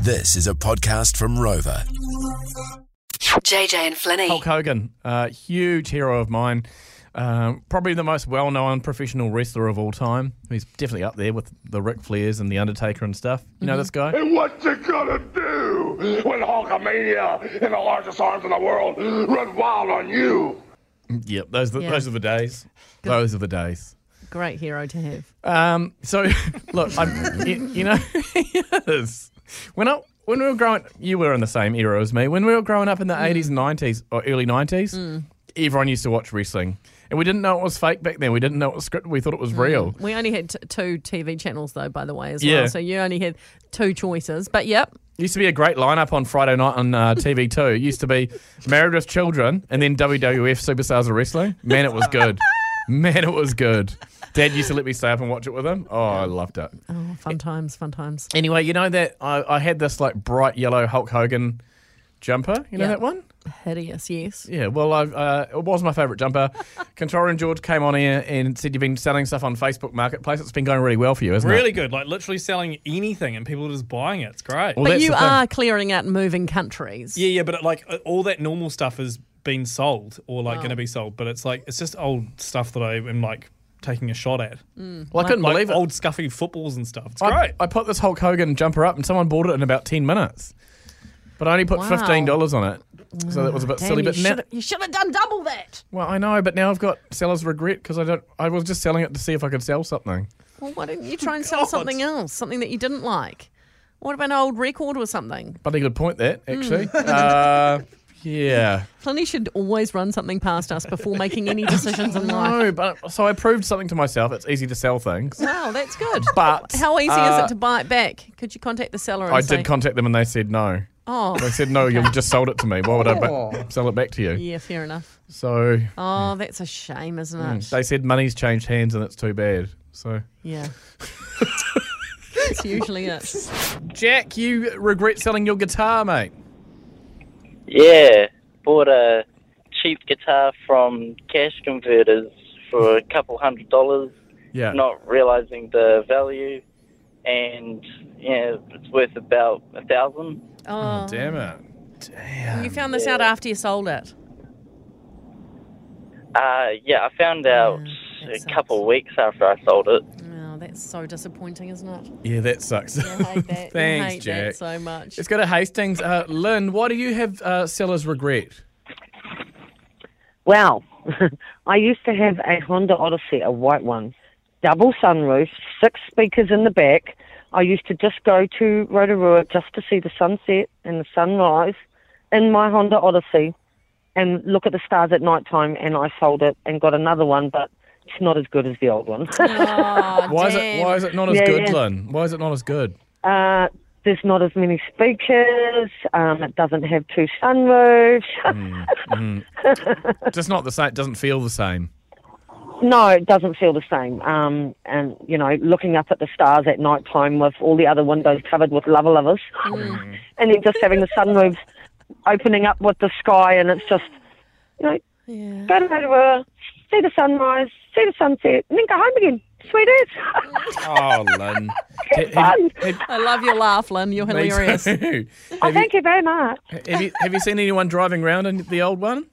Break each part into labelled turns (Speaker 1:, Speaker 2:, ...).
Speaker 1: This is a podcast from Rover.
Speaker 2: JJ and Flinny.
Speaker 3: Hulk Hogan, uh, huge hero of mine. Um, probably the most well known professional wrestler of all time. He's definitely up there with the Ric Flairs and The Undertaker and stuff. You know this guy?
Speaker 4: And what you gonna do when Hulkamania and the largest arms in the world run wild on you?
Speaker 3: Yep, those, are the
Speaker 5: Yeah.
Speaker 3: those are the days. Those are the days.
Speaker 5: Great hero to have.
Speaker 3: Um, so, look, I, you, you know, yes. when I when we were growing, you were in the same era as me. When we were growing up in the eighties and nineties or early nineties, everyone used to watch wrestling, and we didn't know it was fake back then. We didn't know it was scripted. We thought it was real.
Speaker 5: We only had t- two TV channels though, by the way, as
Speaker 3: Yeah.
Speaker 5: well. So you only had two choices. But yep,
Speaker 3: It used to be a great lineup on Friday night on uh, TV Two. It used to be Married with Children and then WWF Superstars of Wrestling. Man, it was good. Man, it was good. Dad used to let me stay up and watch it with him. Oh, I loved it.
Speaker 5: oh, fun times, fun times.
Speaker 3: Anyway, you know that I, I had this like bright yellow Hulk Hogan jumper. You know
Speaker 5: Yeah.
Speaker 3: that one?
Speaker 5: Hideous, yes.
Speaker 3: Yeah. Well, I, uh, it was my favourite jumper. Controller and George came on here and said you've been selling stuff on Facebook Marketplace. It's been going really well for you, isn't
Speaker 6: Really
Speaker 3: it?
Speaker 6: good. Like literally selling anything and people just buying it. It's great.
Speaker 3: Well,
Speaker 5: but
Speaker 3: that's
Speaker 5: you
Speaker 3: the thing.
Speaker 5: are clearing out moving countries.
Speaker 6: yeah, yeah, but like uh, all that normal stuff has been sold or like going to be sold, but it's like it's just old stuff that I am like taking a shot at.
Speaker 3: Well, I couldn't
Speaker 6: Like
Speaker 3: Mm. believe it.
Speaker 6: old scuffy footballs and stuff. It's
Speaker 3: I,
Speaker 6: great.
Speaker 3: I put this Hulk Hogan jumper up and someone bought it in about ten minutes, but I only put
Speaker 5: Wow.
Speaker 3: fifteen dollars on it, so that was a bit
Speaker 5: Damn,
Speaker 3: silly.
Speaker 5: you
Speaker 3: But now,
Speaker 5: shoulda- you should have done double that.
Speaker 3: well, I know, but now I've got seller's regret because I don't. I was just selling it to see if I could sell something.
Speaker 5: Well, why didn't you
Speaker 3: Oh,
Speaker 5: try and sell
Speaker 6: God.
Speaker 5: something else, something that you didn't like? What about an old record or something?
Speaker 3: But a good point that
Speaker 5: Hmm.
Speaker 3: actually. uh, yeah.
Speaker 5: Flinny should always run something past us before making any decisions in life.
Speaker 3: No, but so I proved something to myself. It's easy to sell things.
Speaker 5: Wow, that's good.
Speaker 3: But,
Speaker 5: how easy
Speaker 3: uh,
Speaker 5: is it to buy it back? Could you contact the seller? And
Speaker 3: I
Speaker 5: say,
Speaker 3: did contact them and they said no.
Speaker 5: Oh,
Speaker 3: They said no, you've just sold it to me. Why would I ba- sell it back to you?
Speaker 5: yeah, fair enough.
Speaker 3: So Mm.
Speaker 5: Oh, that's a shame, isn't it?
Speaker 3: they said money's changed hands and it's too bad. So
Speaker 5: Yeah. That's usually it.
Speaker 3: Jack, you regret selling your guitar, mate.
Speaker 7: Yeah, bought a cheap guitar from Cash Converters for a couple hundred dollars,
Speaker 3: Yeah.
Speaker 7: not realizing the value, and yeah, it's worth about a thousand.
Speaker 5: Oh,
Speaker 3: Damn it.
Speaker 5: you found this out after you sold it.
Speaker 7: Uh, yeah, I found out
Speaker 5: that
Speaker 7: a
Speaker 5: sucks.
Speaker 7: couple of weeks after I sold it.
Speaker 5: Oh, that's so disappointing, isn't it?
Speaker 3: Yeah, that sucks.
Speaker 5: I hate that.
Speaker 3: Thanks,
Speaker 5: I hate
Speaker 3: Jack.
Speaker 5: that so much.
Speaker 3: Let's go to Hastings. Uh, Lynn, why do you have uh, seller's regret?
Speaker 8: Well, I used to have a Honda Odyssey, a white one, double sunroof, six speakers in the back. I used to just go to Rotorua just to see the sunset and the sunrise in my Honda Odyssey and look at the stars at night time and I sold it and got another one but it's not as good as the old one.
Speaker 5: Oh,
Speaker 3: Why is
Speaker 5: damn.
Speaker 3: it why is it not as
Speaker 8: Yeah,
Speaker 3: good,
Speaker 8: yeah.
Speaker 3: Lynn? Why is it not as good?
Speaker 8: uh, there's not as many speakers, um, it doesn't have two sunroofs.
Speaker 3: Just not the same doesn't feel the same.
Speaker 8: No, it doesn't feel the same. Um, and you know, looking up at the stars at night time with all the other windows covered with lava lovers, and then just having the sunroof opening up with the sky, and it's just you know,
Speaker 5: Yeah.
Speaker 8: go to Rotorua, see the sunrise, see the sunset, and then go home again. Sweet as.
Speaker 3: Oh Lynn. Have-
Speaker 8: fun.
Speaker 3: have-
Speaker 5: I love your laugh, Lynn. You're
Speaker 3: Me
Speaker 5: hilarious.
Speaker 3: too.
Speaker 8: oh, thank you very much.
Speaker 3: Have you have you seen anyone driving around in the old one?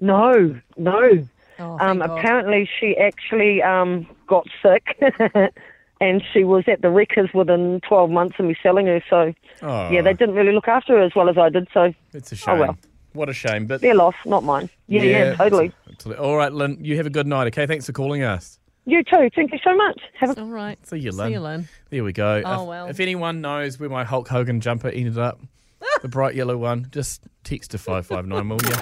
Speaker 8: No, no.
Speaker 5: Oh, thank
Speaker 8: Um,
Speaker 5: God.
Speaker 8: apparently, she actually um, got sick, and she was at the wreckers within 12 months of me selling her. So,
Speaker 3: Oh.
Speaker 8: yeah, they didn't really look after her as well as I did. So,
Speaker 3: It's a shame.
Speaker 8: Oh, well.
Speaker 3: What a shame. But
Speaker 8: their loss, not mine. Yeah, yeah, totally.
Speaker 3: absolutely. All right, Lynn, you have a good night, okay? Thanks for calling us.
Speaker 8: You too. Thank you so much. Have a
Speaker 5: All right.
Speaker 3: See you, Lynn.
Speaker 5: See you, Lynn.
Speaker 3: There we go.
Speaker 5: Oh,
Speaker 3: if,
Speaker 5: well.
Speaker 3: if anyone knows where my Hulk Hogan jumper ended up, the bright yellow one, just text to 559, will you?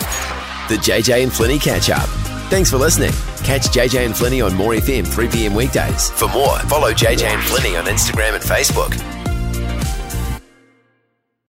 Speaker 1: The JJ and Flinny catch up. Thanks for listening. Catch JJ and Flinny on More FM 3 p.m. weekdays. For more, follow JJ and Flinny on Instagram and Facebook.